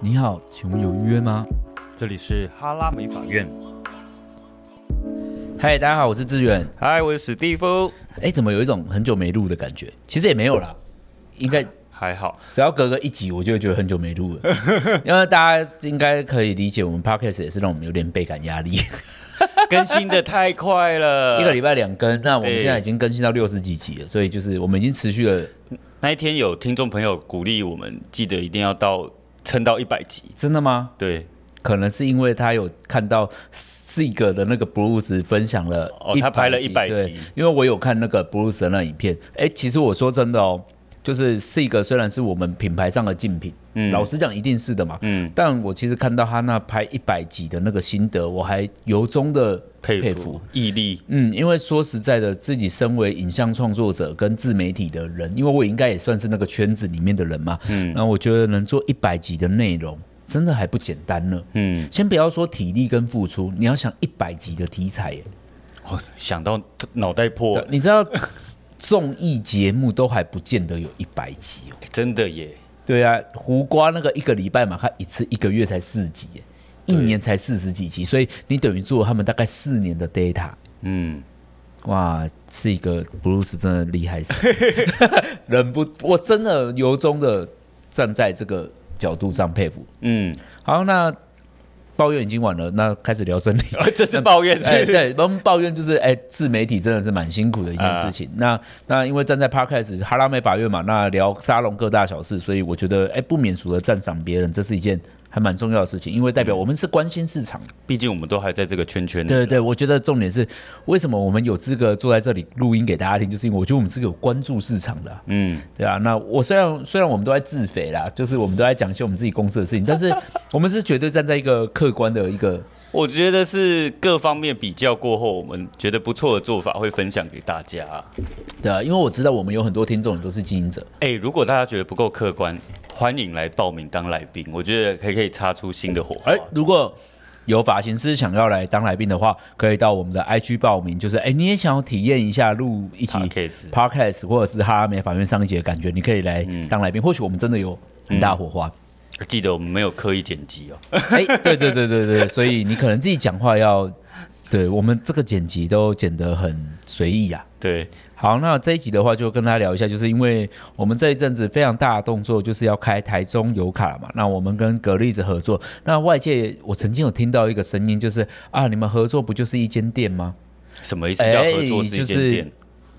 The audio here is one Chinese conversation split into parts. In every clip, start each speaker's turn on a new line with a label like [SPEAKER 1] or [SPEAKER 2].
[SPEAKER 1] 你好，请问有预约吗？
[SPEAKER 2] 这里是哈拉美法院。
[SPEAKER 1] 嗨，大家好，我是志远。
[SPEAKER 2] 嗨，我是史蒂夫。
[SPEAKER 1] 哎，怎么有一种很久没录的感觉？其实也没有啦，应该
[SPEAKER 2] 还好，
[SPEAKER 1] 只要隔个一集，我就会觉得很久没录 了。因为大家应该可以理解，我们 podcast 也是让我们有点倍感压 力，
[SPEAKER 2] 更新的太快 了。
[SPEAKER 1] 一个礼拜两更。那我们
[SPEAKER 2] 对
[SPEAKER 1] 现在已经更新到六十几集了，所以就是我们已经持续了，
[SPEAKER 2] 那一天有听众朋友鼓励我们，记得一定要到撑到一百集。
[SPEAKER 1] 真的吗？
[SPEAKER 2] 对，
[SPEAKER 1] 可能是因为他有看到 Sig 的那个 Bruce 分享了
[SPEAKER 2] 哦
[SPEAKER 1] 100集，
[SPEAKER 2] 他拍了100
[SPEAKER 1] 对
[SPEAKER 2] 集
[SPEAKER 1] 因为我有看那个 Bruce 的那影片。哎、其实我说真的哦，就是 Sig 虽然是我们品牌上的竞品，
[SPEAKER 2] 嗯
[SPEAKER 1] 老实讲一定是的嘛，
[SPEAKER 2] 嗯
[SPEAKER 1] 但我其实看到他那拍一百集的那个心得，我还由衷的
[SPEAKER 2] 佩服
[SPEAKER 1] 佩服
[SPEAKER 2] 毅力。
[SPEAKER 1] 嗯，因为说实在的，自己身为影像创作者跟自媒体的人，因为我应该也算是那个圈子里面的人嘛，嗯，那我觉得能做一百集的内容，真的还不简单呢。
[SPEAKER 2] 嗯，
[SPEAKER 1] 先不要说体力跟付出，你要想一百集的题材耶，
[SPEAKER 2] 我想到脑袋破，
[SPEAKER 1] 你知道 综艺节目都还不见得有一百集哦。
[SPEAKER 2] 哎真的耶。
[SPEAKER 1] 对啊，胡瓜那个一个礼拜嘛，他一次一个月才四集耶，一年才四十几集，所以你等于做了他们大概四年的 data。
[SPEAKER 2] 嗯，
[SPEAKER 1] 哇，是一个 Bruce 真的厉害死 了，忍不，我真的由衷的站在这个角度上佩服。
[SPEAKER 2] 嗯，
[SPEAKER 1] 好，那抱怨已经晚了，那开始聊真理。
[SPEAKER 2] 这是抱怨，
[SPEAKER 1] 哎，
[SPEAKER 2] 是不是
[SPEAKER 1] 对，我们抱怨就是，哎，自媒体真的是蛮辛苦的一件事情。那那因为站在 Podcast 哈拉美法院嘛，那聊沙龙各大小事，所以我觉得，哎，不免俗的赞赏别人，这是一件还蛮重要的事情，因为代表我们是关心市场的。
[SPEAKER 2] 毕竟我们都还在这个圈圈里。
[SPEAKER 1] 对对，我觉得重点是，为什么我们有资格坐在这里录音给大家听，就是因为我觉得我们是个有关注市场的啊、
[SPEAKER 2] 嗯，
[SPEAKER 1] 对啊，那我虽然虽然我们都在自肥啦，就是我们都在讲一些我们自己公司的事情，但 是我们是绝对站在一个客观的一个
[SPEAKER 2] 我觉得是各方面比较过后，我们觉得不错的做法会分享给大家。
[SPEAKER 1] 对啊，因为我知道我们有很多听众也都是经营者，
[SPEAKER 2] 哎、如果大家觉得不够客观，欢迎来报名当来宾，我觉得可以可以擦出新的火花。
[SPEAKER 1] 而哎如果有发型师想要来当来宾的话，可以到我们的 IG 报名，就是哎、你也想要体验一下录一集
[SPEAKER 2] Podcast
[SPEAKER 1] podcast 嗯或者是哈拉美法院上一集的感觉，你可以来当来宾，或许我们真的有很大火花。
[SPEAKER 2] 记得我们没有刻意剪辑哦。
[SPEAKER 1] 哎、对对对对对，所以你可能自己讲话要，对我们这个剪辑都剪得很随意啊。
[SPEAKER 2] 对，
[SPEAKER 1] 好，那这一集的话就跟大家聊一下，就是因为我们这一阵子非常大的动作就是要开台中油卡嘛，那我们跟格力子合作，那外界我曾经有听到一个声音，就是啊，你们合作不就是一间店吗？
[SPEAKER 2] 什么意思？叫合作
[SPEAKER 1] 哎
[SPEAKER 2] 是一
[SPEAKER 1] 就
[SPEAKER 2] 间
[SPEAKER 1] 是
[SPEAKER 2] 店，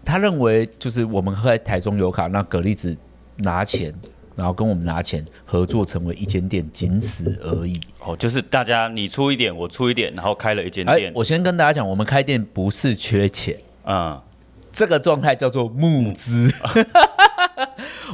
[SPEAKER 1] 他认为就是我们在台中油卡，那格力子拿钱，然后跟我们拿钱合作成为一间店，仅此而已。
[SPEAKER 2] 哦，就是大家你出一点，我出一点，然后开了一间
[SPEAKER 1] 哎、
[SPEAKER 2] 店。
[SPEAKER 1] 我先跟大家讲，我们开店不是缺钱，
[SPEAKER 2] 嗯，
[SPEAKER 1] 这个状态叫做募资。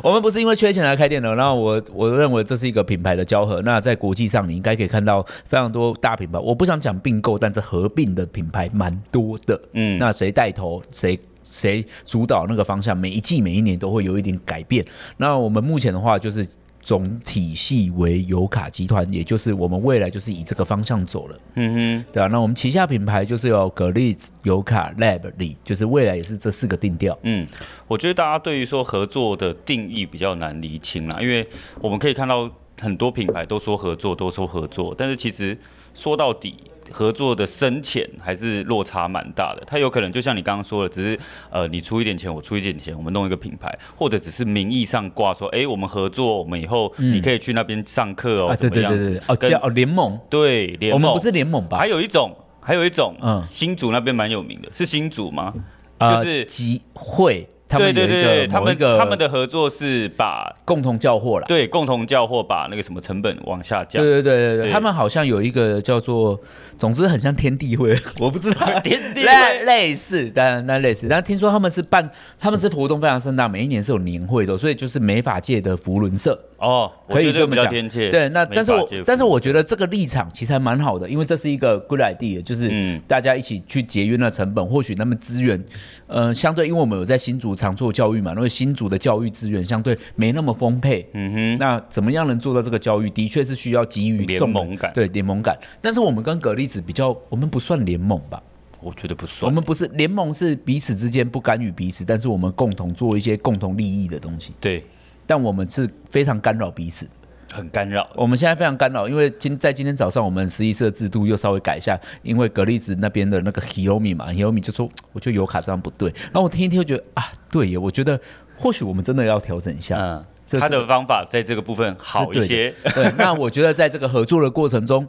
[SPEAKER 1] 我们不是因为缺钱来开店的，然后我我认为这是一个品牌的交合。那在国际上，你应该可以看到非常多大品牌。我不想讲并购，但是合并的品牌蛮多的。
[SPEAKER 2] 嗯
[SPEAKER 1] 那谁带头，谁谁主导那个方向，每一季每一年都会有一点改变。那我们目前的话就是。总体系为油卡集团，也就是我们未来就是以这个方向走了。
[SPEAKER 2] 嗯
[SPEAKER 1] 对啊，那我们旗下品牌就是有格力、油卡、Lab 里，就是未来也是这四个定调
[SPEAKER 2] 哼，。嗯，我觉得大家对于说合作的定义比较难厘清啦，因为我们可以看到很多品牌都说合作，都说合作，但是其实说到底。合作的深浅还是落差蛮大的，它有可能就像你刚刚说的，只是呃你出一点钱，我出一点钱，我们弄一个品牌，或者只是名义上挂说，哎、我们合作，我们以后你可以去那边上课哦、
[SPEAKER 1] 嗯啊，
[SPEAKER 2] 怎
[SPEAKER 1] 对
[SPEAKER 2] 么
[SPEAKER 1] 对
[SPEAKER 2] 样
[SPEAKER 1] 对
[SPEAKER 2] 子
[SPEAKER 1] 对，哦，
[SPEAKER 2] 跟
[SPEAKER 1] 叫哦联盟，
[SPEAKER 2] 对，联
[SPEAKER 1] 我
[SPEAKER 2] 盟
[SPEAKER 1] 们不是联盟吧
[SPEAKER 2] 还？有一种，还有一种，
[SPEAKER 1] 嗯
[SPEAKER 2] 嗯，新竹那边蛮有名的，是新竹吗？
[SPEAKER 1] 啊
[SPEAKER 2] 就是
[SPEAKER 1] 集会，他
[SPEAKER 2] 对
[SPEAKER 1] 们有
[SPEAKER 2] 对
[SPEAKER 1] 一
[SPEAKER 2] 对
[SPEAKER 1] 个
[SPEAKER 2] 对，他
[SPEAKER 1] 某一
[SPEAKER 2] 们
[SPEAKER 1] 个
[SPEAKER 2] 他们的合作是把
[SPEAKER 1] 共同交货啦。
[SPEAKER 2] 对共同教或把那个什么成本往下降
[SPEAKER 1] 对。对对对对，
[SPEAKER 2] 对
[SPEAKER 1] 他们好像有一个叫做，总之很像天地会， 我不知道
[SPEAKER 2] 天地会
[SPEAKER 1] 类类似，但但类似，但听说他们是办，他们是活动非常盛大，每一年是有年会的，所以就是美法界的福伦社，
[SPEAKER 2] 哦，我
[SPEAKER 1] 可以
[SPEAKER 2] 觉得
[SPEAKER 1] 这
[SPEAKER 2] 比
[SPEAKER 1] 么
[SPEAKER 2] 较
[SPEAKER 1] 讲，
[SPEAKER 2] 贴切。
[SPEAKER 1] 对，那但是
[SPEAKER 2] 没
[SPEAKER 1] 我
[SPEAKER 2] 法接
[SPEAKER 1] 但是我觉得这个立场其实还蛮好的，因为这是一个 good idea，就是
[SPEAKER 2] 嗯
[SPEAKER 1] 大家一起去节约那成本，或许他们资源，呃，相对因为我们有在新竹常做教育嘛，因为新竹的教育资源相对没那么丰沛，嗯哼，那怎么样能做到这个教育，的确是需要给予
[SPEAKER 2] 联
[SPEAKER 1] 众人
[SPEAKER 2] 盟感
[SPEAKER 1] 对联盟感，但是我们跟格力子比较，我们不算联盟吧。
[SPEAKER 2] 我觉得不
[SPEAKER 1] 我
[SPEAKER 2] 算。
[SPEAKER 1] 们不是联盟，是彼此之间不干预彼此，但是我们共同做一些共同利益的东西。
[SPEAKER 2] 对，
[SPEAKER 1] 但我们是非常干扰彼此的。
[SPEAKER 2] 很干扰。
[SPEAKER 1] 我们现在非常干扰，因为今在今天早上我们十一社制度又稍微改一下，因为格力子那边的那个 Hiromi 嘛，Hiromi 就说我觉得油卡这样不对，然后我听一听就觉得啊，对耶，我觉得或许我们真的要调整一下。
[SPEAKER 2] 嗯，
[SPEAKER 1] 这
[SPEAKER 2] 他的方法在这个部分好一些。
[SPEAKER 1] 对，那我觉得在这个合作的过程中，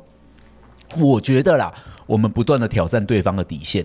[SPEAKER 1] 我觉得啦，我们不断的挑战对方的底线，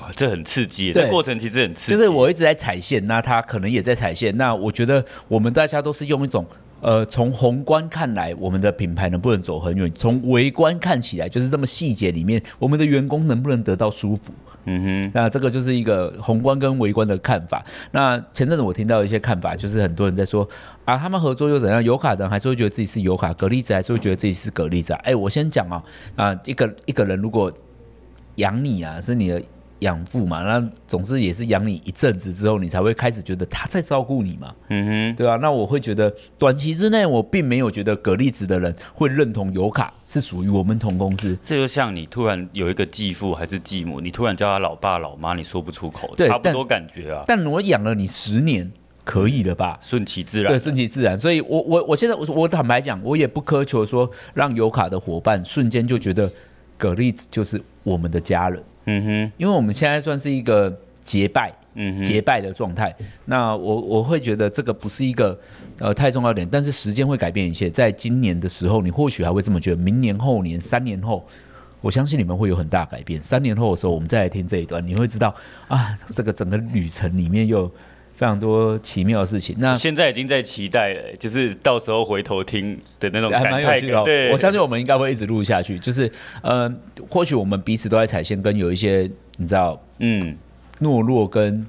[SPEAKER 2] 哇，哦这很刺激，
[SPEAKER 1] 对
[SPEAKER 2] 这过程其实很刺激。
[SPEAKER 1] 就是我一直在踩线，那他可能也在踩线，那我觉得我们大家都是用一种。呃，从宏观看来，我们的品牌能不能走很远？从微观看起来，就是这么细节里面，我们的员工能不能得到舒服？
[SPEAKER 2] 嗯
[SPEAKER 1] 那这个就是一个宏观跟微观的看法。那前阵子我听到一些看法，就是很多人在说啊，他们合作又怎样？油卡人还是会觉得自己是油卡，格力子还是会觉得自己是格力子、啊。哎、我先讲啊，啊，一个一个人如果养你啊，是你的。养父嘛，那总是也是养你一阵子之后，你才会开始觉得他在照顾你嘛，
[SPEAKER 2] 哼，嗯
[SPEAKER 1] 对吧、啊那我会觉得短期之内，我并没有觉得格力子的人会认同油卡是属于我们同公司，
[SPEAKER 2] 哼，这就像你突然有一个继父还是继母，你突然叫他老爸老妈，你说不出口，
[SPEAKER 1] 对
[SPEAKER 2] 差不
[SPEAKER 1] 但
[SPEAKER 2] 多感觉啊，
[SPEAKER 1] 但我养了你十年，可以了吧？
[SPEAKER 2] 顺其自
[SPEAKER 1] 对，
[SPEAKER 2] 然。
[SPEAKER 1] 顺其自然。所以我我我现在我我坦白讲，我也不苛求说让油卡的伙伴瞬间就觉得蛤蜊就是我们的家人，
[SPEAKER 2] 嗯哼，
[SPEAKER 1] 因为我们现在算是一个结拜。
[SPEAKER 2] 嗯哼，
[SPEAKER 1] 结拜的状态，那我我会觉得这个不是一个呃太重要的点，但是时间会改变一切。在今年的时候，你或许还会这么觉得，明年、后年、三年后，我相信你们会有很大改变。三年后的时候，我们再来听这一段，你会知道啊，这个整个旅程里面又有非常多奇妙的事情。 那
[SPEAKER 2] 现在已经在期待了，就是到时候回头听的那种
[SPEAKER 1] 还
[SPEAKER 2] 感
[SPEAKER 1] 蛮有
[SPEAKER 2] 慨
[SPEAKER 1] 趣的、
[SPEAKER 2] 感。
[SPEAKER 1] 哦
[SPEAKER 2] 对，。
[SPEAKER 1] 我相信我们应该会一直录下去。就是，呃，或许我们彼此都在踩线，跟有一些你知道
[SPEAKER 2] 嗯，
[SPEAKER 1] 懦弱跟嘖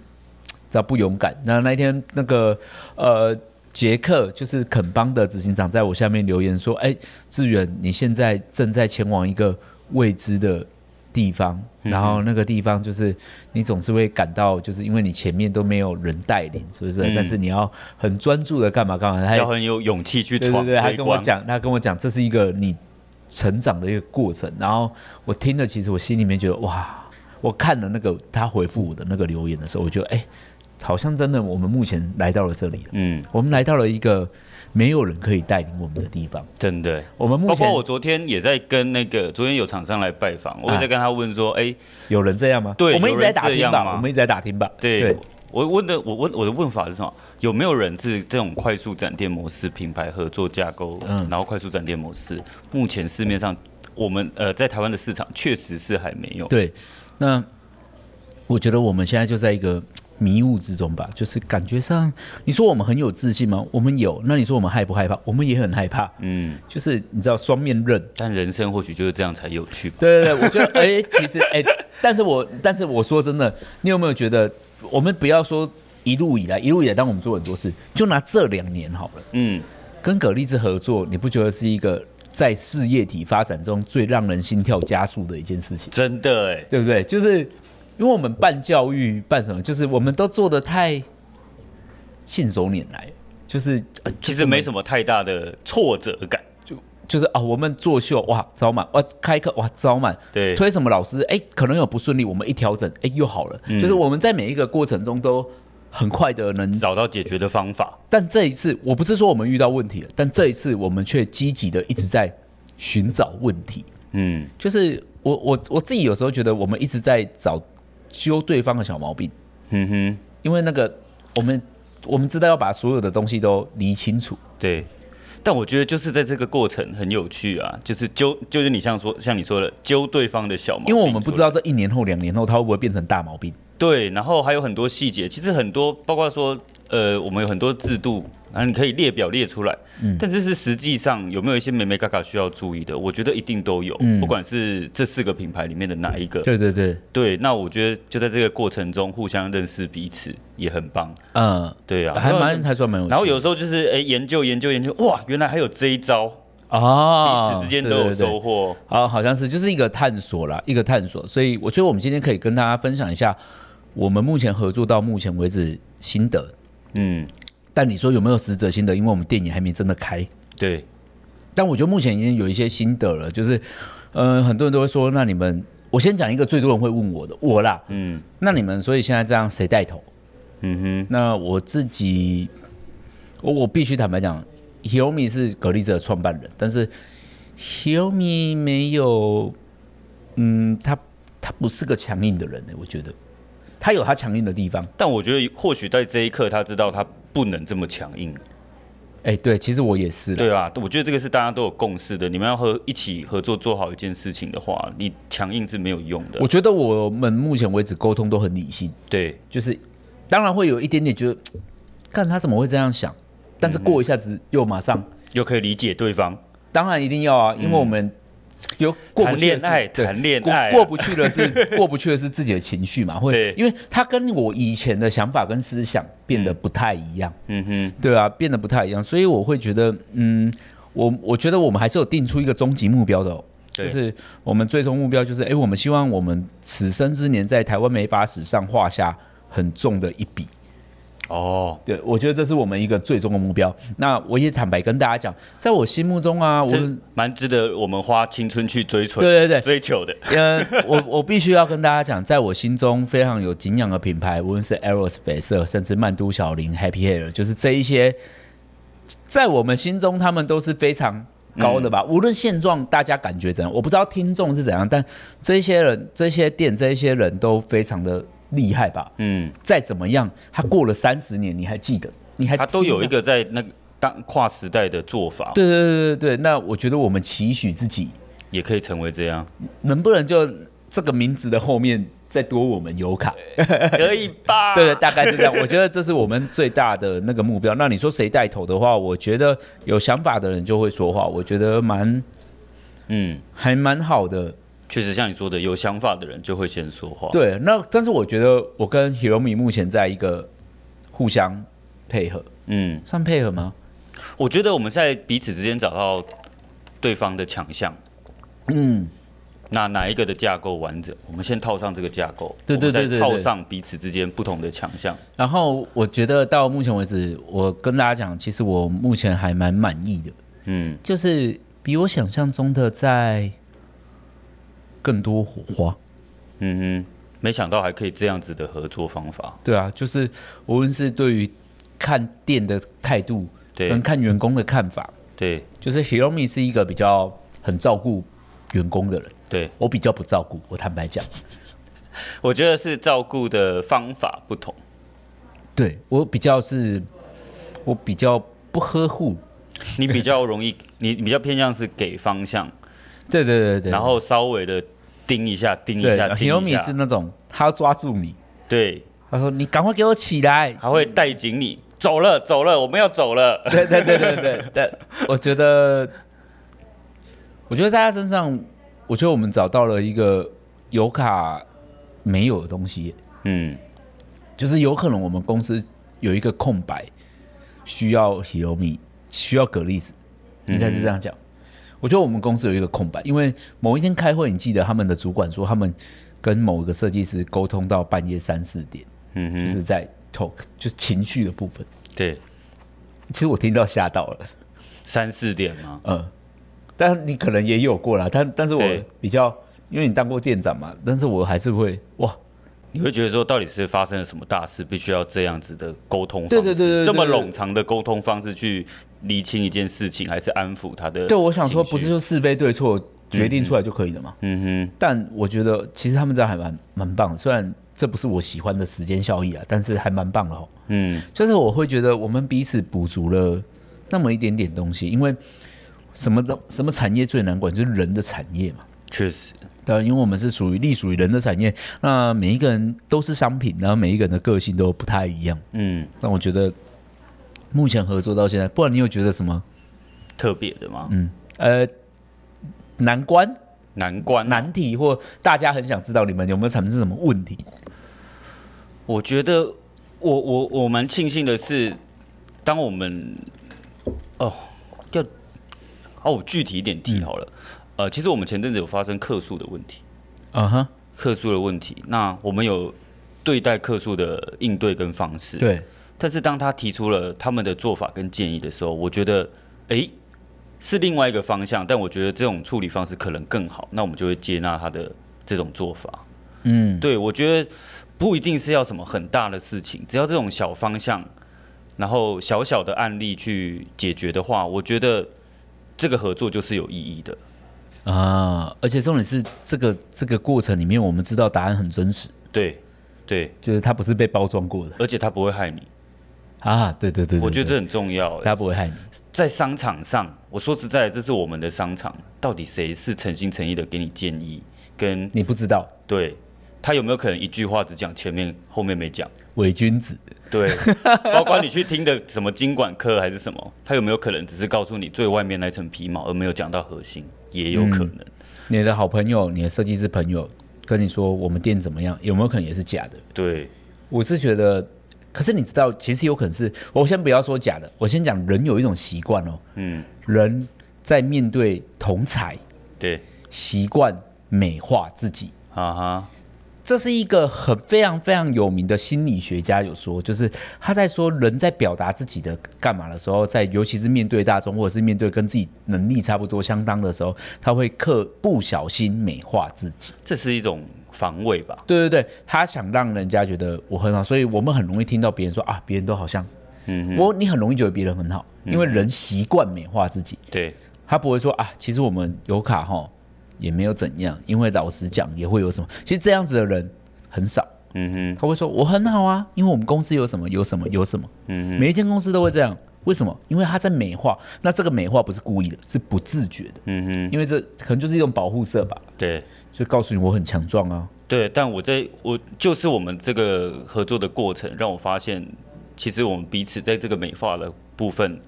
[SPEAKER 1] 知道不勇敢。那那一天那个呃。杰克就是肯邦的执行长，在我下面留言说：“哎、志远，你现在正在前往一个未知的地方，
[SPEAKER 2] 嗯
[SPEAKER 1] 然后那个地方就是你总是会感到，就是因为你前面都没有人带领，是不是？
[SPEAKER 2] 嗯
[SPEAKER 1] 但是你要很专注的干嘛干嘛。”他也
[SPEAKER 2] 要很有勇气去
[SPEAKER 1] 对
[SPEAKER 2] 闯
[SPEAKER 1] 对
[SPEAKER 2] 这
[SPEAKER 1] 对，
[SPEAKER 2] 一
[SPEAKER 1] 他
[SPEAKER 2] 关。
[SPEAKER 1] 跟我讲，他跟我讲，这是一个你成长的一个过程。然后我听了，其实我心里面觉得哇，我看了那个他回复我的那个留言的时候，我觉得哎、好像真的我们目前来到了这里了，
[SPEAKER 2] 嗯，
[SPEAKER 1] 我们来到了一个没有人可以带领我们的地方。
[SPEAKER 2] 真的。
[SPEAKER 1] 我们目
[SPEAKER 2] 包
[SPEAKER 1] 前
[SPEAKER 2] 括我昨天也在跟那个，昨天有厂商来拜
[SPEAKER 1] 啊
[SPEAKER 2] 访，我也在跟他问说，哎、
[SPEAKER 1] 有人这样吗？
[SPEAKER 2] 对
[SPEAKER 1] 我们一直在打
[SPEAKER 2] 有人
[SPEAKER 1] 听
[SPEAKER 2] 这样
[SPEAKER 1] 吧，
[SPEAKER 2] 吗
[SPEAKER 1] 我们一直在打听吧。
[SPEAKER 2] 对，我问的，我问我的问法是什么？有没有人是这种快速展店模式、品牌合作架构，
[SPEAKER 1] 嗯
[SPEAKER 2] 然后快速展店模式？目前市面上，我们呃在台湾的市场确实是还没有。
[SPEAKER 1] 对，那我觉得我们现在就在一个迷雾之中吧，就是感觉上，你说我们很有自信吗？我们有。那你说我们害不害怕？我们也很害怕。
[SPEAKER 2] 嗯，
[SPEAKER 1] 就是你知道双面刃。
[SPEAKER 2] 但人生或许就是这样才有趣吧。
[SPEAKER 1] 对对对，我觉得哎、其实哎、但是我但是我说真的，你有没有觉得我们不要说一路以来一路以来，当我们做很多事，就拿这两年好了，
[SPEAKER 2] 嗯，
[SPEAKER 1] 跟葛力志合作，你不觉得是一个在事业体发展中最让人心跳加速的一件事情？
[SPEAKER 2] 真的哎，
[SPEAKER 1] 对不对？就是因为我们办教育办什么，就是我们都做的太信手拈来，就是呃
[SPEAKER 2] 其实没什么太大的挫折感。
[SPEAKER 1] 就是啊，我们作秀哇招满，哇开课哇招满，
[SPEAKER 2] 对
[SPEAKER 1] 推什么老师哎可能有不顺利，我们一调整哎又好了，
[SPEAKER 2] 嗯
[SPEAKER 1] 就是我们在每一个过程中都很快的能。
[SPEAKER 2] 找到解决的方法。
[SPEAKER 1] 但这一次我不是说我们遇到问题了，但这一次我们却积极的一直在寻找问题，
[SPEAKER 2] 嗯，
[SPEAKER 1] 就是我我我自己有时候觉得我们一直在找揪对方的小毛病。
[SPEAKER 2] 哼哼，
[SPEAKER 1] 因为那个我们我们知道要把所有的东西都理清楚，
[SPEAKER 2] 对。但我觉得就是在这个过程很有趣啊，就是揪，就是你像说像你说的揪对方的小毛病，
[SPEAKER 1] 因为我们不知道这一年后、两年后它会不会变成大毛病。
[SPEAKER 2] 对，然后还有很多细节，其实很多包括说呃，我们有很多制度，然后你可以列表列出来，
[SPEAKER 1] 嗯
[SPEAKER 2] 但这是实际上有没有一些美美嘎嘎需要注意的？我觉得一定都有，
[SPEAKER 1] 嗯
[SPEAKER 2] 不管是这四个品牌里面的哪一个，
[SPEAKER 1] 对对对，
[SPEAKER 2] 对，那我觉得就在这个过程中互相认识彼此也很棒，
[SPEAKER 1] 嗯，
[SPEAKER 2] 对啊，
[SPEAKER 1] 还蛮还算蛮有趣的。
[SPEAKER 2] 然后有时候就是哎、研究研究研究，哇，原来还有这一招，彼
[SPEAKER 1] 啊，
[SPEAKER 2] 此之间都有
[SPEAKER 1] 对对对
[SPEAKER 2] 收获。
[SPEAKER 1] 啊，好像是就是一个探索啦，一个探索。所以我觉得我们今天可以跟大家分享一下我们目前合作到目前为止心得。
[SPEAKER 2] 嗯，
[SPEAKER 1] 但你说有没有实质心得？因为我们电影还没真的开。
[SPEAKER 2] 对，
[SPEAKER 1] 但我觉得目前已经有一些心得了，就是，呃，很多人都会说，那你们，我先讲一个最多人会问我的，我啦，
[SPEAKER 2] 嗯
[SPEAKER 1] 那你们所以现在这样谁带头？
[SPEAKER 2] 嗯哼，
[SPEAKER 1] 那我自己，我我必须坦白讲， Hilmi 是格力泽创办人，但是 Hilmi 没有，嗯，他他不是个强硬的人呢、我觉得他有他强硬的地方。
[SPEAKER 2] 但我觉得或许在这一刻，他知道他不能这么强硬，
[SPEAKER 1] 哎、对，其实我也是啦，
[SPEAKER 2] 对吧？我觉得这个是大家都有共识的。你们要和一起合作做好一件事情的话，你强硬是没有用的
[SPEAKER 1] 我。觉得我们目前为止沟通都很理性，
[SPEAKER 2] 对，
[SPEAKER 1] 就是当然会有一点点觉得，看他怎么会这样想，但是过一下子又马上，
[SPEAKER 2] 又可以理解对方。
[SPEAKER 1] 当然一定要啊，因为我们有过不
[SPEAKER 2] 嗯谈
[SPEAKER 1] 去的
[SPEAKER 2] 恋
[SPEAKER 1] 是
[SPEAKER 2] 爱，
[SPEAKER 1] 对
[SPEAKER 2] 谈恋
[SPEAKER 1] 过
[SPEAKER 2] 爱啊，
[SPEAKER 1] 过不去的是 过不去的是自己的情绪嘛，会
[SPEAKER 2] 对
[SPEAKER 1] 因为他跟我以前的想法跟思想变得不太一样，
[SPEAKER 2] 嗯哼，
[SPEAKER 1] 对啊，变得不太一样，所以我会觉得，嗯，我我觉得我们还是有定出一个终极目标的、哦。就
[SPEAKER 2] 对
[SPEAKER 1] 是我们最终目标就是，哎、我们希望我们此生之年在台湾美发史上画下很重的一笔。
[SPEAKER 2] 哦，
[SPEAKER 1] 对，我觉得这是我们一个最终的目标。那我也坦白跟大家讲，在我心目中啊，我
[SPEAKER 2] 这蛮值得我们花青春去追求、
[SPEAKER 1] 对对对，
[SPEAKER 2] 追求的。
[SPEAKER 1] 呃，我我必须要跟大家讲，在我心中非常有敬仰的品牌，无论是 Eros、绯色，甚至曼都小林、Happy Hair，就是这一些，在我们心中他们都是非常高的吧。
[SPEAKER 2] 嗯
[SPEAKER 1] 无论现状大家感觉怎样，我不知道听众是怎样，但这些人、这些店、这些人都非常的厉害吧。
[SPEAKER 2] 嗯，
[SPEAKER 1] 再怎么样，他过了三十年，你还记得，你还
[SPEAKER 2] 他都有一
[SPEAKER 1] 个。
[SPEAKER 2] 个在那个当跨时代的做法，
[SPEAKER 1] 对对对对对，那我觉得我们期许自己
[SPEAKER 2] 也可以成为这 样，
[SPEAKER 1] 能不能就这个名字的后面再多我们油卡？
[SPEAKER 2] 可以吧？
[SPEAKER 1] 对，大概是这样。我觉得这是我们最大的那个目标。那你说谁带头的话，我觉得有想法的人就会说话，我觉得蛮
[SPEAKER 2] 嗯，
[SPEAKER 1] 还蛮好的。
[SPEAKER 2] 确实像你说的，有想法的人就会先说话。
[SPEAKER 1] 对，那但是我觉得我跟 Hiromi 目前在一个互相配合，
[SPEAKER 2] 嗯，
[SPEAKER 1] 算配合吗？
[SPEAKER 2] 我觉得我们在彼此之间找到对方的强项，
[SPEAKER 1] 嗯，
[SPEAKER 2] 那哪一个的架构完整，我们先套上这个架构，
[SPEAKER 1] 对对对
[SPEAKER 2] 我们再
[SPEAKER 1] 对对
[SPEAKER 2] 套上彼此之间不同的强项。
[SPEAKER 1] 然后我觉得到目前为止，我跟大家讲，其实我目前还蛮满意的，
[SPEAKER 2] 嗯，
[SPEAKER 1] 就是比我想象中的在更多火花。
[SPEAKER 2] 嗯哼，没想到还可以这样子的合作方法。
[SPEAKER 1] 对啊，就是无论是对于看店的态度，
[SPEAKER 2] 对
[SPEAKER 1] 跟看员工的看法，
[SPEAKER 2] 对
[SPEAKER 1] 就是 Hiromi 是一个比较很照顾员工的人，
[SPEAKER 2] 对，
[SPEAKER 1] 我比较不照顾。我坦白讲，
[SPEAKER 2] 我觉得是照顾的方法不同。
[SPEAKER 1] 对我比较是，我比较不呵护。
[SPEAKER 2] 你比较容易， 你你比较偏向是给方向，
[SPEAKER 1] 对对对对，
[SPEAKER 2] 然后稍微的盯一下，盯一
[SPEAKER 1] 对
[SPEAKER 2] 下，盯一
[SPEAKER 1] ，Hiromi
[SPEAKER 2] 下
[SPEAKER 1] 是，那种他抓住你，
[SPEAKER 2] 对，
[SPEAKER 1] 他说你赶快给我起来。
[SPEAKER 2] 还会带紧你，走了，走了，我们要走了。
[SPEAKER 1] 对对对对对对， 我觉得，我觉得在他身上，我觉得我们找到了一个油卡没有的东西。
[SPEAKER 2] 嗯，
[SPEAKER 1] 就是有可能我们公司有一个空白，需要 Hiromi，需要蛤蜊子，
[SPEAKER 2] 嗯
[SPEAKER 1] 应该是这样讲。我觉得我们公司有一个空白，因为某一天开会，你记得他们的主管说，他们跟某一个设计师沟通到半夜三四点，
[SPEAKER 2] 嗯
[SPEAKER 1] 就
[SPEAKER 2] 哼，
[SPEAKER 1] 是在 talk，就是情绪的部分。
[SPEAKER 2] 对，
[SPEAKER 1] 其实我听到吓到了，
[SPEAKER 2] 三四点嘛，
[SPEAKER 1] 嗯，但你可能也有过啦，但但是我
[SPEAKER 2] 对
[SPEAKER 1] 比较，因为你当过店长嘛，但是我还是会哇，
[SPEAKER 2] 你会觉得说，到底是发生了什么大事，必须要这样子的沟通方
[SPEAKER 1] 对
[SPEAKER 2] 式，
[SPEAKER 1] 对对对对
[SPEAKER 2] 这么
[SPEAKER 1] 对对
[SPEAKER 2] 冗长的沟通方式去厘清一件事情，还是安抚他的？
[SPEAKER 1] 对，我想说不是，就是非对错决定出来就可以了嘛。
[SPEAKER 2] 嗯
[SPEAKER 1] 但我觉得其实他们这样还蛮蛮棒的，虽然这不是我喜欢的时间效益啊，但是还蛮棒的哦。
[SPEAKER 2] 哼，嗯，
[SPEAKER 1] 就是我会觉得我们彼此补足了那么一点点东西，因为什么都什么产业最难管就是人的产业嘛。
[SPEAKER 2] 确实，
[SPEAKER 1] 对啊，因为我们是属于隶属于人的产业，那每一个人都是商品，然后每一个人的个性都不太一样。
[SPEAKER 2] 嗯，
[SPEAKER 1] 但我觉得目前合作到现在，不然你有觉得什么？
[SPEAKER 2] 特别的嘛，
[SPEAKER 1] 嗯，呃，难关、
[SPEAKER 2] 难关啊
[SPEAKER 1] 难题，或大家很想知道你们有没有产生什么问题？
[SPEAKER 2] 我觉得我我我蛮庆幸的是，当我们哦要哦我具体一点提好了，呃，其实我们前阵子有发生客诉的问题，
[SPEAKER 1] 嗯哼，
[SPEAKER 2] 客诉的问题，那我们有对待客诉的应对跟方式，。
[SPEAKER 1] 对。
[SPEAKER 2] 但是当他提出了他们的做法跟建议的时候，我觉得诶是另外一个方向，但我觉得这种处理方式可能更好，那我们就会接纳他的这种做法。
[SPEAKER 1] 嗯，
[SPEAKER 2] 对，我觉得不一定是要什么很大的事情，只要这种小方向，然后小小的案例去解决的话，我觉得这个合作就是有意义的。
[SPEAKER 1] 啊，而且重点是这个这个过程里面，我们知道答案很真实，
[SPEAKER 2] 对，对，
[SPEAKER 1] 就是它不是被包装过的
[SPEAKER 2] 而且他不会害你，
[SPEAKER 1] 啊。对对对对
[SPEAKER 2] 我觉得这很重要、
[SPEAKER 1] 他不会害你。
[SPEAKER 2] 在商场上，我说实在的，这是我们的商场，到底谁是诚心诚意的给你建议，跟
[SPEAKER 1] 你不知道
[SPEAKER 2] 对他有没有可能一句话只讲前面，后面没讲？
[SPEAKER 1] 伪君子，
[SPEAKER 2] 对，包括你去听的什么经管课还是什么，他有没有可能只是告诉你最外面那层皮毛，而没有讲到核心？也有可能。
[SPEAKER 1] 你的好朋友，你的设计师朋友跟你说我们店怎么样，有没有可能也是假的？
[SPEAKER 2] 对，
[SPEAKER 1] 我是觉得，可是你知道，其实有可能是我先不要说假的，我先讲人有一种习惯哦，
[SPEAKER 2] 嗯，
[SPEAKER 1] 人在面对同才
[SPEAKER 2] 对，
[SPEAKER 1] 习惯美化自己，
[SPEAKER 2] 哈哈，
[SPEAKER 1] 这是一个很非常非常有名的心理学家有说，就是他在说人在表达自己的干嘛的时候，在尤其是面对大众或者是面对跟自己能力差不多相当的时候，他会刻不小心美化自己。
[SPEAKER 2] 这是一种防卫吧？
[SPEAKER 1] 对对对，他想让人家觉得我很好，所以我们很容易听到别人说啊，别人都好像，
[SPEAKER 2] 嗯，
[SPEAKER 1] 我你很容易觉得别人很好，因为人习惯美化自己，
[SPEAKER 2] 对，
[SPEAKER 1] 他不会说啊，其实我们有卡哈也没有怎样，因为老实讲也会有什么，其实这样子的人很少。
[SPEAKER 2] 嗯哼，
[SPEAKER 1] 他会说我很好啊，因为我们公司有什么有什么有什么，
[SPEAKER 2] 嗯
[SPEAKER 1] 每一间公司都会这样。为什么？因为他在美化，那这个美化不是故意的，是不自觉的，
[SPEAKER 2] 嗯哼，
[SPEAKER 1] 因为这可能就是一种保护色吧，
[SPEAKER 2] 对。
[SPEAKER 1] 就告诉你我很强壮啊。
[SPEAKER 2] 对，但我在我就是我们这个合作的过程，让我发现，其实我们彼此在这个美化的部分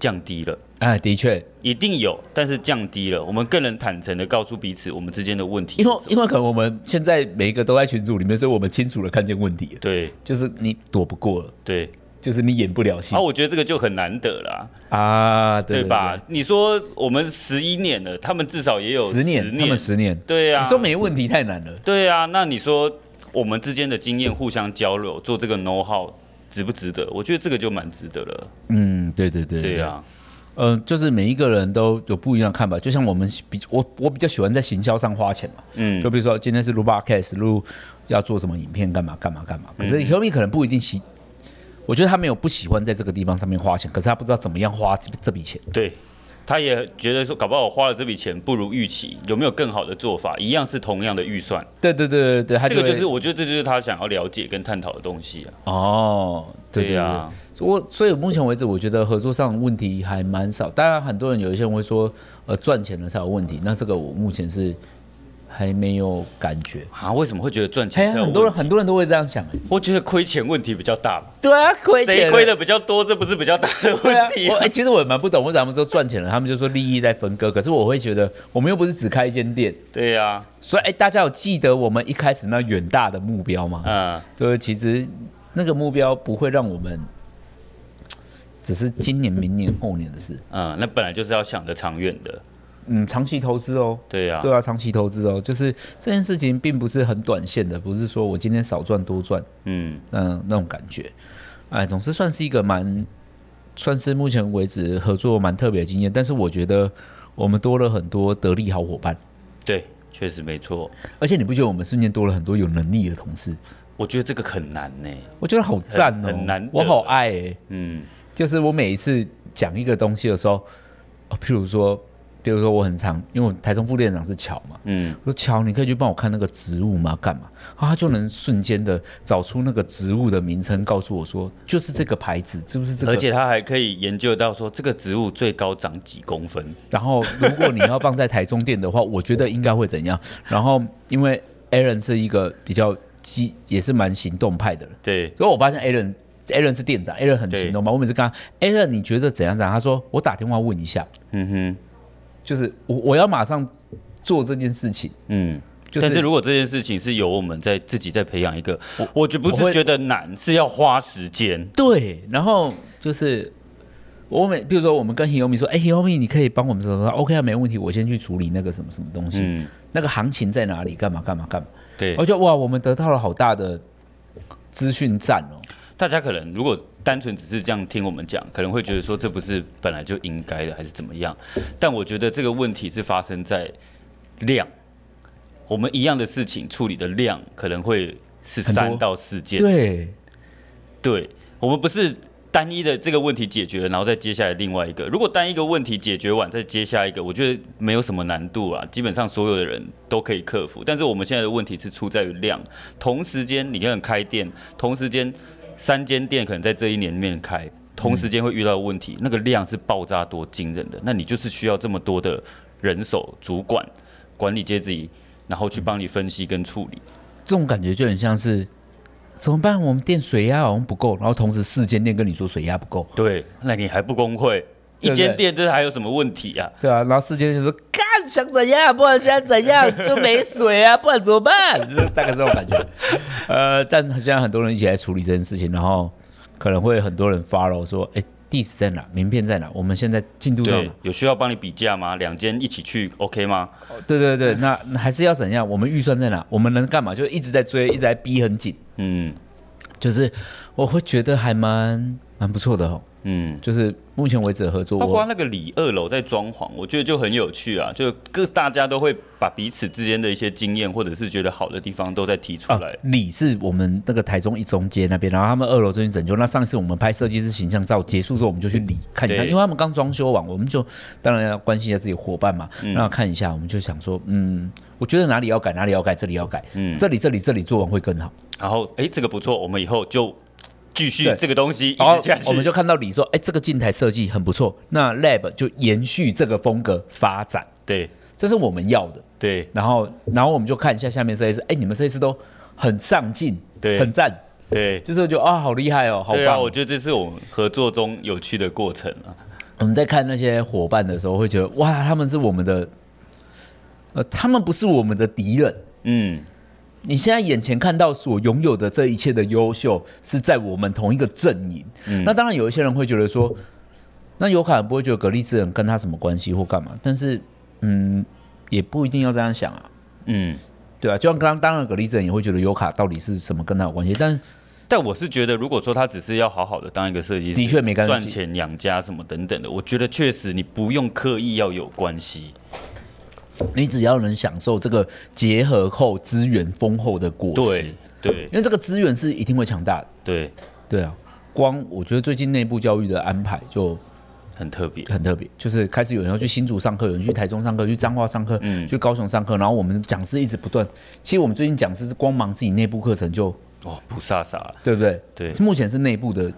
[SPEAKER 2] 降低了，
[SPEAKER 1] 哎，的确，
[SPEAKER 2] 一定有，但是降低了。我们更能坦诚的告诉彼此我们之间的问题是
[SPEAKER 1] 因
[SPEAKER 2] 什
[SPEAKER 1] 为
[SPEAKER 2] 么。
[SPEAKER 1] 因为可能我们现在每一个都在群组里面，所以我们清楚的看见问题了，
[SPEAKER 2] 对
[SPEAKER 1] 就是你躲不过了，
[SPEAKER 2] 对，
[SPEAKER 1] 就是你演不了戏
[SPEAKER 2] 啊，我觉得这个就很难得啦，
[SPEAKER 1] 啊，嗯对
[SPEAKER 2] 对？吧？你说我们十一年了，他们至少也有
[SPEAKER 1] 十年，啊他们
[SPEAKER 2] 年
[SPEAKER 1] 十年，
[SPEAKER 2] 对呀、
[SPEAKER 1] 你说没问题太难了，
[SPEAKER 2] 对啊，那你说我们之间的经验互相交流，做这个 know how 值不值得？我觉得这个就蛮值得了。
[SPEAKER 1] 嗯，对对对
[SPEAKER 2] 对啊，
[SPEAKER 1] 嗯，就是每一个人都有不一样的看法，就像我们比我我比较喜欢在行销上花钱嘛，
[SPEAKER 2] 嗯
[SPEAKER 1] 就，比如说今天是录 podcast，录要做什么影片，干嘛干嘛干嘛。可是 Hillary 可能不一定喜，我觉得他没有不喜欢在这个地方上面花钱，可是他不知道怎么样花这这笔钱。
[SPEAKER 2] 对，他也觉得说，搞不好我花了这笔钱不如预期，有没有更好的做法？一样是同样的预算，
[SPEAKER 1] 对对对对对，他
[SPEAKER 2] 这个
[SPEAKER 1] 会
[SPEAKER 2] 就是我觉得这就是他想要了解跟探讨的东西啊。
[SPEAKER 1] 哦，对
[SPEAKER 2] 对
[SPEAKER 1] 对
[SPEAKER 2] 啊
[SPEAKER 1] 对，我所以目前为止，我觉得合作上的问题还蛮少。当然，很多人有一些人会说，呃，赚钱了才有问题。那这个我目前是还没有感觉。
[SPEAKER 2] 啊，为什么会觉得赚
[SPEAKER 1] 还
[SPEAKER 2] 钱才
[SPEAKER 1] 有哎
[SPEAKER 2] 有
[SPEAKER 1] 很多人
[SPEAKER 2] 问题？
[SPEAKER 1] 很多人都会这样想、欸，
[SPEAKER 2] 我觉得亏钱问题比较大吧，
[SPEAKER 1] 对啊，亏
[SPEAKER 2] 谁亏的比较多，这不是比较大的
[SPEAKER 1] 对啊
[SPEAKER 2] 问，题
[SPEAKER 1] 我
[SPEAKER 2] 吗、
[SPEAKER 1] 哎、其实我也蛮不懂，为什么他们说赚钱了，他们就说利益在分割。可是我会觉得，我们又不是只开一间店，
[SPEAKER 2] 对啊呀、
[SPEAKER 1] 所以哎、大家有记得我们一开始那远大的目标吗？
[SPEAKER 2] 啊，
[SPEAKER 1] 就是其实那个目标不会让我们，只是今年、明年、后年的事。
[SPEAKER 2] 嗯嗯，那本来就是要想的长远的，
[SPEAKER 1] 嗯，长期投资哦。
[SPEAKER 2] 对呀、
[SPEAKER 1] 对啊，长期投资哦，就是这件事情并不是很短线的，不是说我今天少赚多赚，
[SPEAKER 2] 嗯，
[SPEAKER 1] 嗯，那种感觉。哎，总之算是一个蛮，算是目前为止合作蛮特别的经验。但是我觉得我们多了很多得力好伙伴，
[SPEAKER 2] 对，确实没错。
[SPEAKER 1] 而且你不觉得我们瞬间多了很多有能力的同事？
[SPEAKER 2] 我觉得这个很难呢、
[SPEAKER 1] 我觉得好赞哦、
[SPEAKER 2] 很很难得
[SPEAKER 1] 我好爱哎、
[SPEAKER 2] 嗯，
[SPEAKER 1] 就是我每一次讲一个东西的时候，哦、譬如说，比如说我很常，因为我台中副店长是巧嘛，
[SPEAKER 2] 嗯，
[SPEAKER 1] 我说乔，你可以去帮我看那个植物吗？干嘛？啊，他就能瞬间的找出那个植物的名称，告诉我说，就是这个牌子，是不是这个？
[SPEAKER 2] 而且他还可以研究到说这个植物最高长几公分。
[SPEAKER 1] 然后如果你要放在台中店的话，我觉得应该会怎样？然后因为 Aaron 是一个比较积，也是蛮行动派的人，
[SPEAKER 2] 对，
[SPEAKER 1] 所以我发现 Aaron。Aaron 是店长，Aaron 很行动派。我每次跟他，Aaron 你觉得怎样怎样？他说我打电话问一下，
[SPEAKER 2] 嗯哼，
[SPEAKER 1] 就是我我要马上做这件事情。
[SPEAKER 2] 嗯。
[SPEAKER 1] 就是
[SPEAKER 2] 但是如果这件事情是由我们在自己在培养一个，我我觉不
[SPEAKER 1] 我
[SPEAKER 2] 是
[SPEAKER 1] 会
[SPEAKER 2] 觉得难，是要花时间。
[SPEAKER 1] 对，然后就是我每，比如说我们跟 Hiromi 说，哎、h i r o m i 你可以帮我们什么什么？OK 啊，没问题，我先去处理那个什么什么东西，
[SPEAKER 2] 嗯，
[SPEAKER 1] 那个行情在哪里？干嘛干嘛干嘛？
[SPEAKER 2] 对
[SPEAKER 1] 哦我。就哇，我们得到了好大的资讯站哦。
[SPEAKER 2] 大家可能如果单纯只是这样听我们讲，可能会觉得说这不是本来就应该的，还是怎么样？但我觉得这个问题是发生在量，我们一样的事情处理的量可能会是
[SPEAKER 1] 很多
[SPEAKER 2] 三到四件。
[SPEAKER 1] 对，
[SPEAKER 2] 对，我们不是单一的这个问题解决，然后再接下来另外一个。如果单一个问题解决完，再接下一个，我觉得没有什么难度啊，基本上所有的人都可以克服。但是我们现在的问题是出在于量，同时间你可能开店，同时间三间店可能在这一年里面开，同时间会遇到的问题，那个量是爆炸多惊人的。那你就是需要这么多的人手、主管、管理阶级，然后去帮你分析跟处理。
[SPEAKER 1] 这种感觉就很像是怎么办？我们店水压好像不够，然后同时四间店跟你说水压不够，
[SPEAKER 2] 对，那你还不工会？
[SPEAKER 1] 对不
[SPEAKER 2] 一
[SPEAKER 1] 对
[SPEAKER 2] 间店这还有什么问题啊？
[SPEAKER 1] 对啊，然后四间店就说看想怎样，不然现在怎样就没水啊，不然怎么办？ 大概是这种感觉。呃，但现在很多人一起来处理这件事情，然后可能会很多人 follow 说，哎、地址在哪？名片在哪？我们现在进度到
[SPEAKER 2] 对
[SPEAKER 1] 哪？，
[SPEAKER 2] 有需要帮你比价吗？两间一起去 OK 吗？
[SPEAKER 1] 对对对，那那还是要怎样？我们预算在哪？我们能干嘛？就一直在追，一直在逼很紧。
[SPEAKER 2] 嗯
[SPEAKER 1] 就是我会觉得还蛮蛮不错的哦。
[SPEAKER 2] 嗯，
[SPEAKER 1] 就是目前为止的合作，
[SPEAKER 2] 包括
[SPEAKER 1] 我
[SPEAKER 2] 那个里二楼在装潢，我觉得就很有趣啊，就各大家都会把彼此之间的一些经验或者是觉得好的地方都在提出
[SPEAKER 1] 啊
[SPEAKER 2] 来。，
[SPEAKER 1] 里是我们那个台中一中街那边，然后他们二楼最近整修。那上一次我们拍设计师形象照结束之后，我们就去里看一看，
[SPEAKER 2] 对
[SPEAKER 1] 因为他们刚装修完，我们就当然要关心一下自己伙伴嘛，
[SPEAKER 2] 嗯
[SPEAKER 1] 那看一下，我们就想说，嗯，我觉得哪里要改，哪里要改，这里要改，
[SPEAKER 2] 嗯
[SPEAKER 1] 这里这里这里做完会更好。
[SPEAKER 2] 然后哎、这个不错，我们以后就继续
[SPEAKER 1] 对
[SPEAKER 2] 这个东西一
[SPEAKER 1] 然后
[SPEAKER 2] 直下去。
[SPEAKER 1] 我们就看到里说，哎，这个镜台设计很不错，那 lab 就延续这个风格发展，
[SPEAKER 2] 对
[SPEAKER 1] 这是我们要的。
[SPEAKER 2] 对
[SPEAKER 1] 然后然后我们就看一下下面设计师，哎，你们设计师都很上进，
[SPEAKER 2] 对
[SPEAKER 1] 很赞，
[SPEAKER 2] 对
[SPEAKER 1] 就是我觉得啊、好厉害哦，好
[SPEAKER 2] 对啊，
[SPEAKER 1] 棒哦、
[SPEAKER 2] 我觉得这是我们合作中有趣的过程啊。
[SPEAKER 1] 我们在看那些伙伴的时候，会觉得哇，他们是我们的，呃，他们不是我们的敌人。
[SPEAKER 2] 嗯，
[SPEAKER 1] 你现在眼前看到所拥有的这一切的优秀，是在我们同一个阵营。
[SPEAKER 2] 嗯
[SPEAKER 1] 那当然有一些人会觉得说，那有可能不会觉得格力智能跟他什么关系或干嘛，但是嗯，也不一定要这样想啊。
[SPEAKER 2] 嗯，
[SPEAKER 1] 对啊，就像刚刚当然格力智能也会觉得尤卡到底是什么跟他有关系，但
[SPEAKER 2] 但我是觉得，如果说他只是要好好的当一个设计师，
[SPEAKER 1] 的确没关系
[SPEAKER 2] 赚钱养家什么等等的，我觉得确实你不用刻意要有关系。
[SPEAKER 1] 你只要能享受这个结合后资源丰厚的果实，
[SPEAKER 2] 对对
[SPEAKER 1] 因为这个资源是一定会强大的。
[SPEAKER 2] 对，
[SPEAKER 1] 对啊，光我觉得最近内部教育的安排就
[SPEAKER 2] 很特别。
[SPEAKER 1] 很特别，就是开始有人要去新竹上课，有人去台中上课，去彰化上课，
[SPEAKER 2] 嗯
[SPEAKER 1] 去高雄上课，然后我们讲师一直不断。其实我们最近讲师是光忙自己内部课程就，
[SPEAKER 2] 哦，不飒飒了，
[SPEAKER 1] 对不对？
[SPEAKER 2] 对
[SPEAKER 1] 目前是内部的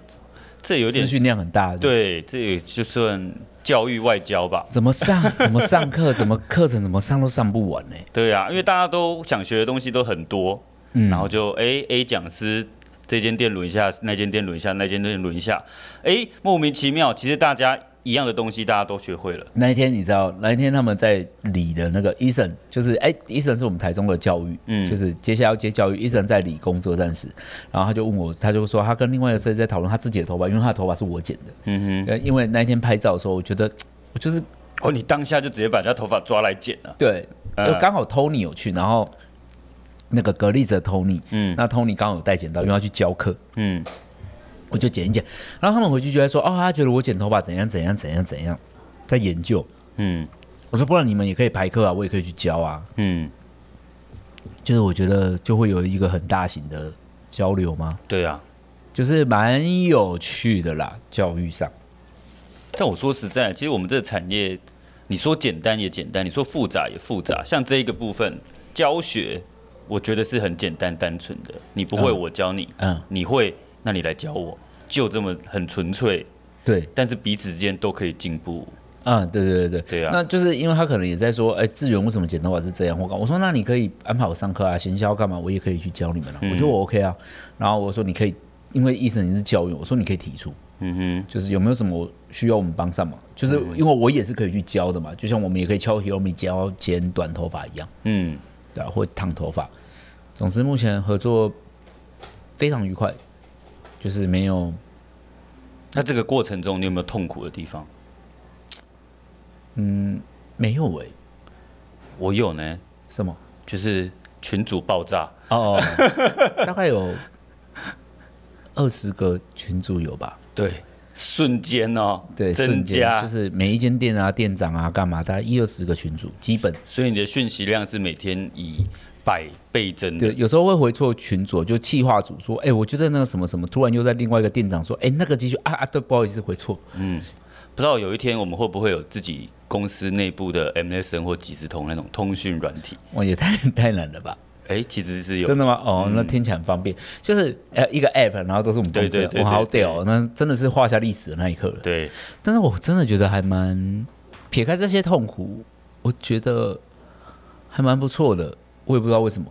[SPEAKER 2] 这有
[SPEAKER 1] 资
[SPEAKER 2] 点
[SPEAKER 1] 讯量很大的。，
[SPEAKER 2] 对，这也就算教育外交吧。
[SPEAKER 1] 怎么上怎么上课，怎么课程怎么上都上不完呢、
[SPEAKER 2] 对啊，因为大家都想学的东西都很多，
[SPEAKER 1] 嗯
[SPEAKER 2] 然后就哎 A 讲师这间店轮一下，那间店轮一下，那间店轮一下，哎，莫名其妙，其实大家一样的东西大家都学会了。
[SPEAKER 1] 那一天你知道，那一天他们在理的那个医生，就是哎，医、生是我们台中的教育，嗯，
[SPEAKER 2] 嗯
[SPEAKER 1] 就是接下来要接教育，医生在理工作战时，然后他就问我，他就说他跟另外一个设计师在讨论他自己的头发，因为他的头发是我剪的，
[SPEAKER 2] 嗯哼，
[SPEAKER 1] 呃，因为那一天拍照的时候，我觉得我就是
[SPEAKER 2] 哦，你当下就直接把人家头发抓来剪了、
[SPEAKER 1] 对，
[SPEAKER 2] 呃
[SPEAKER 1] 就刚好 Tony 有去，然后那个格力者 Tony，
[SPEAKER 2] 嗯
[SPEAKER 1] 那 Tony 刚好有带剪刀，因为要去教课，
[SPEAKER 2] 嗯。
[SPEAKER 1] 我就剪一剪，然后他们回去就在说，哦，他觉得我剪头发怎样怎样怎样怎样，在研究。
[SPEAKER 2] 嗯
[SPEAKER 1] 我说，不然你们也可以排课啊，我也可以去教啊，
[SPEAKER 2] 嗯，
[SPEAKER 1] 就是我觉得就会有一个很大型的交流吗？
[SPEAKER 2] 对啊。
[SPEAKER 1] 就是蛮有趣的啦，教育上。
[SPEAKER 2] 但我说实在，其实我们这个产业，你说简单也简单，你说复杂也复杂。像这一个部分，教学，我觉得是很简单单纯的，你不会
[SPEAKER 1] 嗯
[SPEAKER 2] 我教你，
[SPEAKER 1] 嗯
[SPEAKER 2] 你会那你来教我，就这么很纯粹。
[SPEAKER 1] 对，
[SPEAKER 2] 但是彼此之间都可以进步。
[SPEAKER 1] 嗯，对对对对，
[SPEAKER 2] 对啊
[SPEAKER 1] 那就是因为他可能也在说，哎，志远为什么剪头发是这样？我我说那你可以安排我上课啊，行销干嘛，我也可以去教你们啊。我觉得我 OK 啊。然后我说你可以，因为医生你是教育，我说你可以提出，
[SPEAKER 2] 嗯
[SPEAKER 1] 就是有没有什么需要我们帮上忙？就是因为我也是可以去教的嘛，就像我们也可以敲 Hiromi 教剪短头发一样。
[SPEAKER 2] 哼，嗯，
[SPEAKER 1] 对啊，或烫头发。总之，目前合作非常愉快，就是没有
[SPEAKER 2] 那这个过程中你有没有痛苦的地方？
[SPEAKER 1] 没有诶、
[SPEAKER 2] 我有呢，
[SPEAKER 1] 什么？
[SPEAKER 2] 就是群主爆炸，
[SPEAKER 1] 哦， 大概有二十个群主有吧？
[SPEAKER 2] 对，瞬间哦，
[SPEAKER 1] 对，
[SPEAKER 2] 增
[SPEAKER 1] 瞬
[SPEAKER 2] 加
[SPEAKER 1] 间就是每一间
[SPEAKER 2] 嗯
[SPEAKER 1] 店啊、店长啊、干嘛，大概一二十个群主，基本
[SPEAKER 2] 所以你的讯息量是每天以百倍增的
[SPEAKER 1] 对，。有时候会回错群组，就企划组说，哎、我觉得那个什么什么，突然又在另外一个店长说，哎、那个继续啊啊，对，不好意思，回错。
[SPEAKER 2] 不知道有一天我们会不会有自己公司内部的 MSN 或即时通那种通讯软体？
[SPEAKER 1] 哇，也太 太难了吧？
[SPEAKER 2] 哎、其实是有嗯
[SPEAKER 1] 真的吗？哦，那听起来很方便，就是呃一个 app，然后都是我们公司的，
[SPEAKER 2] 对对对
[SPEAKER 1] 哇，好
[SPEAKER 2] 对对
[SPEAKER 1] 屌、哦，那真的是画下历史的那一刻了。
[SPEAKER 2] 对，
[SPEAKER 1] 但是我真的觉得还蛮，撇开这些痛苦，我觉得还蛮不错的。我也不知道为什么，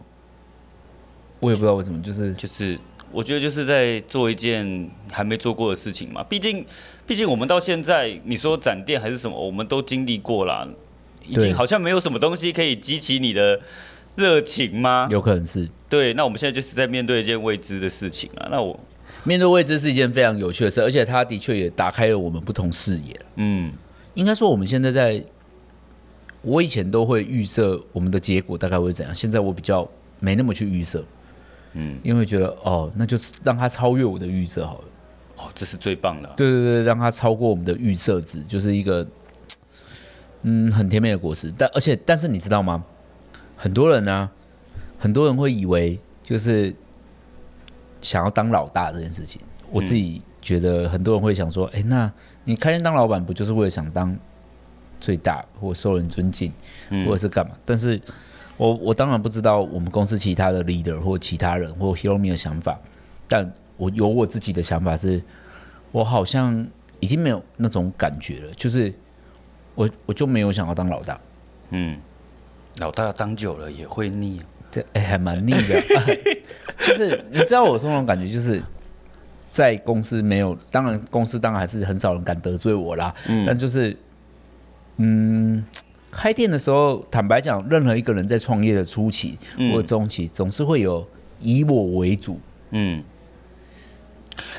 [SPEAKER 1] 我也不知道为什么，就是
[SPEAKER 2] 就是我觉得就是在做一件还没做过的事情嘛。毕竟，毕竟我们到现在，你说展店还是什么，我们都经历过啦，已
[SPEAKER 1] 对
[SPEAKER 2] 经好像没有什么东西可以激起你的热情吗？
[SPEAKER 1] 有可能是
[SPEAKER 2] 对，那我们现在就是在面对一件未知的事情啊。那我，
[SPEAKER 1] 面对未知是一件非常有趣的事，而且它的确也打开了我们不同视野。
[SPEAKER 2] 嗯，
[SPEAKER 1] 应该说，我们现在在，我以前都会预设我们的结果大概会怎样，现在我比较没那么去预设，嗯
[SPEAKER 2] 嗯，
[SPEAKER 1] 因为觉得哦，那就让它超越我的预设好了。
[SPEAKER 2] 哦，这是最棒的啊、
[SPEAKER 1] 对对对，让它超过我们的预设值，就是一个嗯很甜美的果实。但而且，但是你知道吗？很多人呢、啊很多人会以为就是想要当老大这件事情，我自己觉得很多人会想说，哎、那你开店当老板不就是为了想当最大或受人尊敬，
[SPEAKER 2] 嗯
[SPEAKER 1] 或者是干嘛？但是我我当然不知道我们公司其他的 leader 或其他人或 Hiromi 的想法，但我有我自己的想法是，我好像已经没有那种感觉了，就是我我就没有想要当老大，
[SPEAKER 2] 嗯，老大当久了也会腻啊、
[SPEAKER 1] 这哎、还蛮腻的， 就是你知道我这种感觉就是。在公司没有，当然公司当然还是很少人敢得罪我啦。但就是，嗯，开店的时候，坦白讲，任何一个人在创业的初期或者中期，总是会有以我为主。
[SPEAKER 2] 嗯。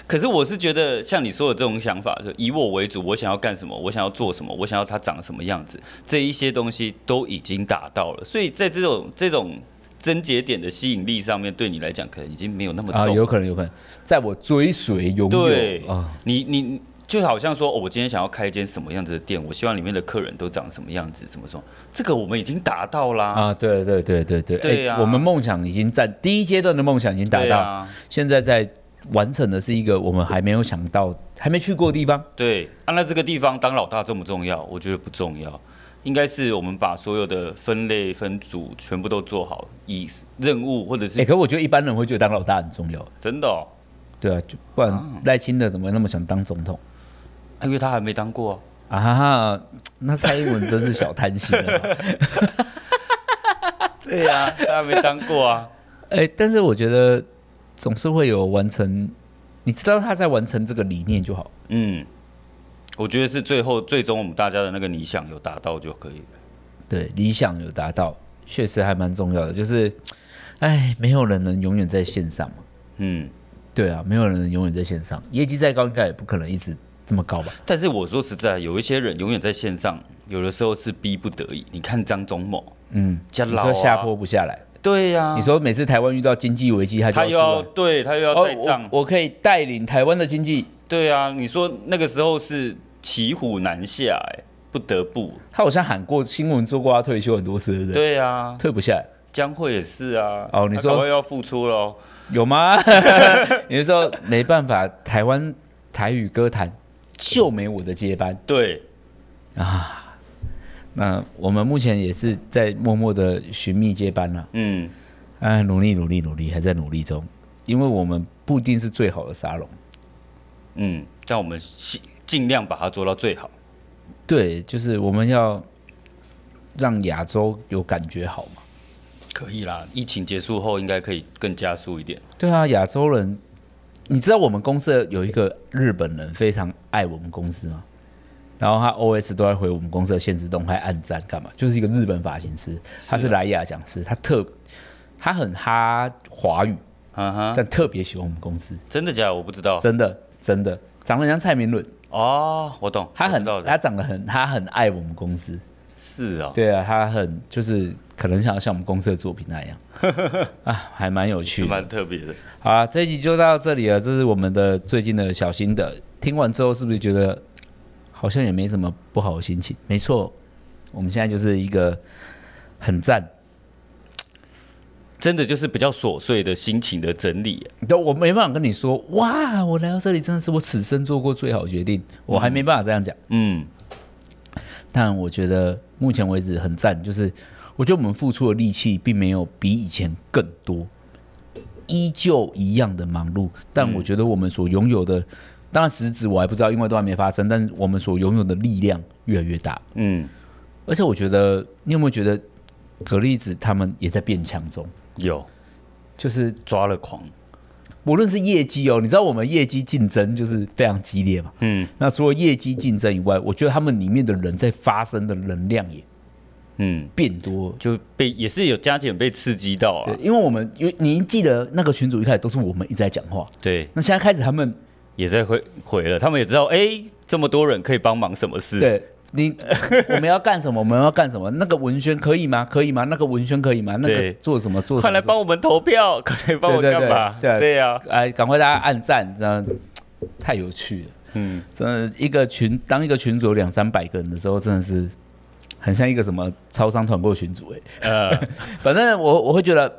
[SPEAKER 2] 可是我是觉得，像你说的这种想法，就以我为主，我想要干什么，我想要做什么，我想要它长什么样子，这一些东西都已经达到了，所以在这种这种症结点的吸引力上面，对你来讲可能已经没有那么重。
[SPEAKER 1] 啊，有可能，有可能，在我追随拥
[SPEAKER 2] 对
[SPEAKER 1] 有啊，
[SPEAKER 2] 你你就好像说、哦，我今天想要开一间什么样子的店，我希望里面的客人都长什么样子，什么什么，这个我们已经达到啦。
[SPEAKER 1] 啊，对对对对对，哎
[SPEAKER 2] 对啊
[SPEAKER 1] 我们梦想已经在第一阶段的梦想已经达
[SPEAKER 2] 对
[SPEAKER 1] 到，
[SPEAKER 2] 啊，
[SPEAKER 1] 现在在完成的是一个我们还没有想到、还没去过的地方。
[SPEAKER 2] 对，啊，那这个地方当老大重不重要？我觉得不重要，应该是我们把所有的分类分组全部都做好，以任务或者
[SPEAKER 1] 哎、
[SPEAKER 2] 是
[SPEAKER 1] 可我觉得一般人会觉得当老大很重要，
[SPEAKER 2] 真的、哦，
[SPEAKER 1] 对啊，就不然赖清德怎么那么想当总统
[SPEAKER 2] 啊因为他还没当过 啊、
[SPEAKER 1] 啊？哈哈，那蔡英文真是小贪心啊！
[SPEAKER 2] 对呀、他还没当过啊。
[SPEAKER 1] 哎、但是我觉得总是会有完成，你知道他在完成这个理念就好。
[SPEAKER 2] 嗯，我觉得是最后最终我们大家的那个理想有达到就可以了。
[SPEAKER 1] 对，理想有达到，确实还蛮重要的。就是，哎，没有人能永远在线上嘛。
[SPEAKER 2] 嗯，
[SPEAKER 1] 对啊，没有人能永远在线上，业绩再高，应该也不可能一直这么高吧？
[SPEAKER 2] 但是我说实在，有一些人永远在线上，有的时候是逼不得已。你看张忠谋，
[SPEAKER 1] 嗯，
[SPEAKER 2] 加
[SPEAKER 1] 你
[SPEAKER 2] 老啊
[SPEAKER 1] 说下坡不下来，
[SPEAKER 2] 对呀、
[SPEAKER 1] 你说每次台湾遇到经济危机，他就
[SPEAKER 2] 他
[SPEAKER 1] 要出来
[SPEAKER 2] 又要对他又要再账、
[SPEAKER 1] 哦我，我可以带领台湾的经济。
[SPEAKER 2] 对啊，你说那个时候是骑虎难下、哎，不得不。
[SPEAKER 1] 他好像喊过新闻说过他退休很多次，对不对？
[SPEAKER 2] 对啊，
[SPEAKER 1] 退不下来，
[SPEAKER 2] 江惠也是啊。
[SPEAKER 1] 哦你
[SPEAKER 2] 他
[SPEAKER 1] 说
[SPEAKER 2] 搞不好要付出喽？
[SPEAKER 1] 有 吗？你是说没办法，台湾台语歌坛就没我的接班。
[SPEAKER 2] 对，
[SPEAKER 1] 那我们目前也是在默默的寻觅接班了、
[SPEAKER 2] 嗯，
[SPEAKER 1] 啊，努力努力努力，还在努力中，因为我们不一定是最好的沙龙。
[SPEAKER 2] 嗯，但我们尽尽量把它做到最好。
[SPEAKER 1] 对，就是我们要让亚洲有感觉好嘛。
[SPEAKER 2] 可以啦，疫情结束后应该可以更加速一点。
[SPEAKER 1] 对啊，亚洲人，你知道我们公司有一个日本人非常爱我们公司吗？然后他 OS 都在回我们公司的现实动态暗赞干嘛？就是一个日本发型
[SPEAKER 2] 啊
[SPEAKER 1] 师，他是莱雅讲师，他特他很哈华语，
[SPEAKER 2] 啊哈，
[SPEAKER 1] 但特别喜欢我们公司，
[SPEAKER 2] 真的假的？我不知道。
[SPEAKER 1] 真的真的长得像蔡明伦，
[SPEAKER 2] 哦，我懂，
[SPEAKER 1] 他
[SPEAKER 2] 我
[SPEAKER 1] 很
[SPEAKER 2] 知道的
[SPEAKER 1] 他长得很他很爱我们公司，
[SPEAKER 2] 是啊、
[SPEAKER 1] 对啊，他很就是可能想要像我们公司的作品那 样啊，还蛮有趣
[SPEAKER 2] 是
[SPEAKER 1] 的。
[SPEAKER 2] 蛮特别的。
[SPEAKER 1] 好啦，这一集就到这里了，这是我们的最近的小心得。听完之后是不是觉得好像也没什么不好的心情？没错，我们现在就是一个很赞，
[SPEAKER 2] 真的就是比较琐碎的心情的整理。啊
[SPEAKER 1] 都我没办法跟你说，哇，我来到这里真的是我此生做过最好的决定，我还没办法这样讲。
[SPEAKER 2] 嗯，
[SPEAKER 1] 但我觉得目前为止很赞，就是我觉得我们付出的力气并没有比以前更多，依旧一样的忙碌，但我觉得我们所拥有的，当然实质我还不知道，因为都还没发生，但是我们所拥有的力量越来越大，
[SPEAKER 2] 嗯，
[SPEAKER 1] 而且我觉得你有没有觉得格力子他们也在变强中，
[SPEAKER 2] 有
[SPEAKER 1] 就是
[SPEAKER 2] 抓了狂。
[SPEAKER 1] 无论是业绩哦，你知道我们业绩竞争就是非常激烈嘛。
[SPEAKER 2] 嗯
[SPEAKER 1] 那除了业绩竞争以外，我觉得他们里面的人在发生的能量也
[SPEAKER 2] 嗯，
[SPEAKER 1] 变多了。
[SPEAKER 2] 就被也是有加减被刺激到
[SPEAKER 1] 对
[SPEAKER 2] 啊，。
[SPEAKER 1] 因为我们因为你记得那个群主一开始都是我们一直在讲话，
[SPEAKER 2] 对，
[SPEAKER 1] 那现在开始他们
[SPEAKER 2] 也在回回了，他们也知道，哎、这么多人可以帮忙什么事？，
[SPEAKER 1] 对你我们要干什么，我们要干什么？那个文宣可以吗？可以吗？那个文宣可以吗？那个
[SPEAKER 2] 对
[SPEAKER 1] 做什么做什么？
[SPEAKER 2] 快来帮我们投票， 快来帮我
[SPEAKER 1] 对对
[SPEAKER 2] 干嘛？
[SPEAKER 1] 对对
[SPEAKER 2] 对啊呀、
[SPEAKER 1] 哎，赶快大家按赞，这样太有趣了。
[SPEAKER 2] 嗯，
[SPEAKER 1] 真的，一个群当一个群组有两三百个人的时候，真的是很像一个什么超商团购群组哎、
[SPEAKER 2] 呃，
[SPEAKER 1] 反正我我会觉得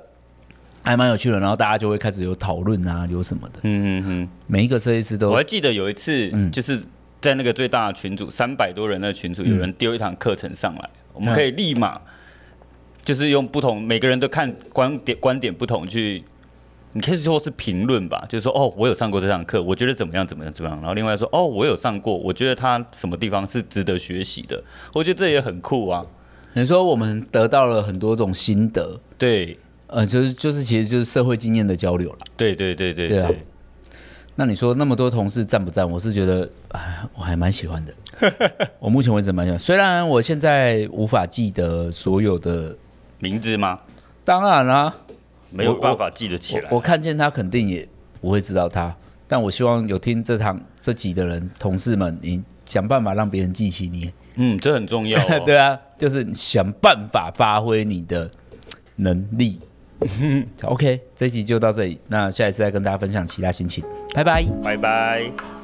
[SPEAKER 1] 还蛮有趣的，然后大家就会开始有讨论啊，有什么的。
[SPEAKER 2] 嗯嗯嗯。
[SPEAKER 1] 每一个设计师都
[SPEAKER 2] 我还记得有一次，
[SPEAKER 1] 嗯
[SPEAKER 2] 就是在那个最大的群组，三百多人的群组，有人丢一堂课程上来，我
[SPEAKER 1] 嗯
[SPEAKER 2] 们可以立马就是用不同，每个人都看观点观点不同去。你可以说是评论吧，就是说哦，我有上过这堂课，我觉得怎么样怎么样怎么样。然后另外说哦，我有上过，我觉得他什么地方是值得学习的，我觉得这也很酷啊。
[SPEAKER 1] 你说我们得到了很多种心得，
[SPEAKER 2] 对
[SPEAKER 1] 呃，就是就是其实就是社会经验的交流啦。
[SPEAKER 2] 对对对对
[SPEAKER 1] 对啊那你说那么多同事赞不赞？我是觉得，哎，我还蛮喜欢的。 我目前为止蛮喜欢，虽然我现在无法记得所有的，
[SPEAKER 2] 名字吗？
[SPEAKER 1] 当然啦、
[SPEAKER 2] 没有
[SPEAKER 1] 我
[SPEAKER 2] 办法记得起来
[SPEAKER 1] 我。我看见他肯定也不会知道他，但我希望有听这堂这集的人，同事们，你想办法让别人记起你。
[SPEAKER 2] 嗯，这很重要、
[SPEAKER 1] 。
[SPEAKER 2] 哦
[SPEAKER 1] 对啊，就是想办法发挥你的能力。OK，这一集就到这里，那下一次再跟大家分享其他心情，拜拜。
[SPEAKER 2] 拜拜。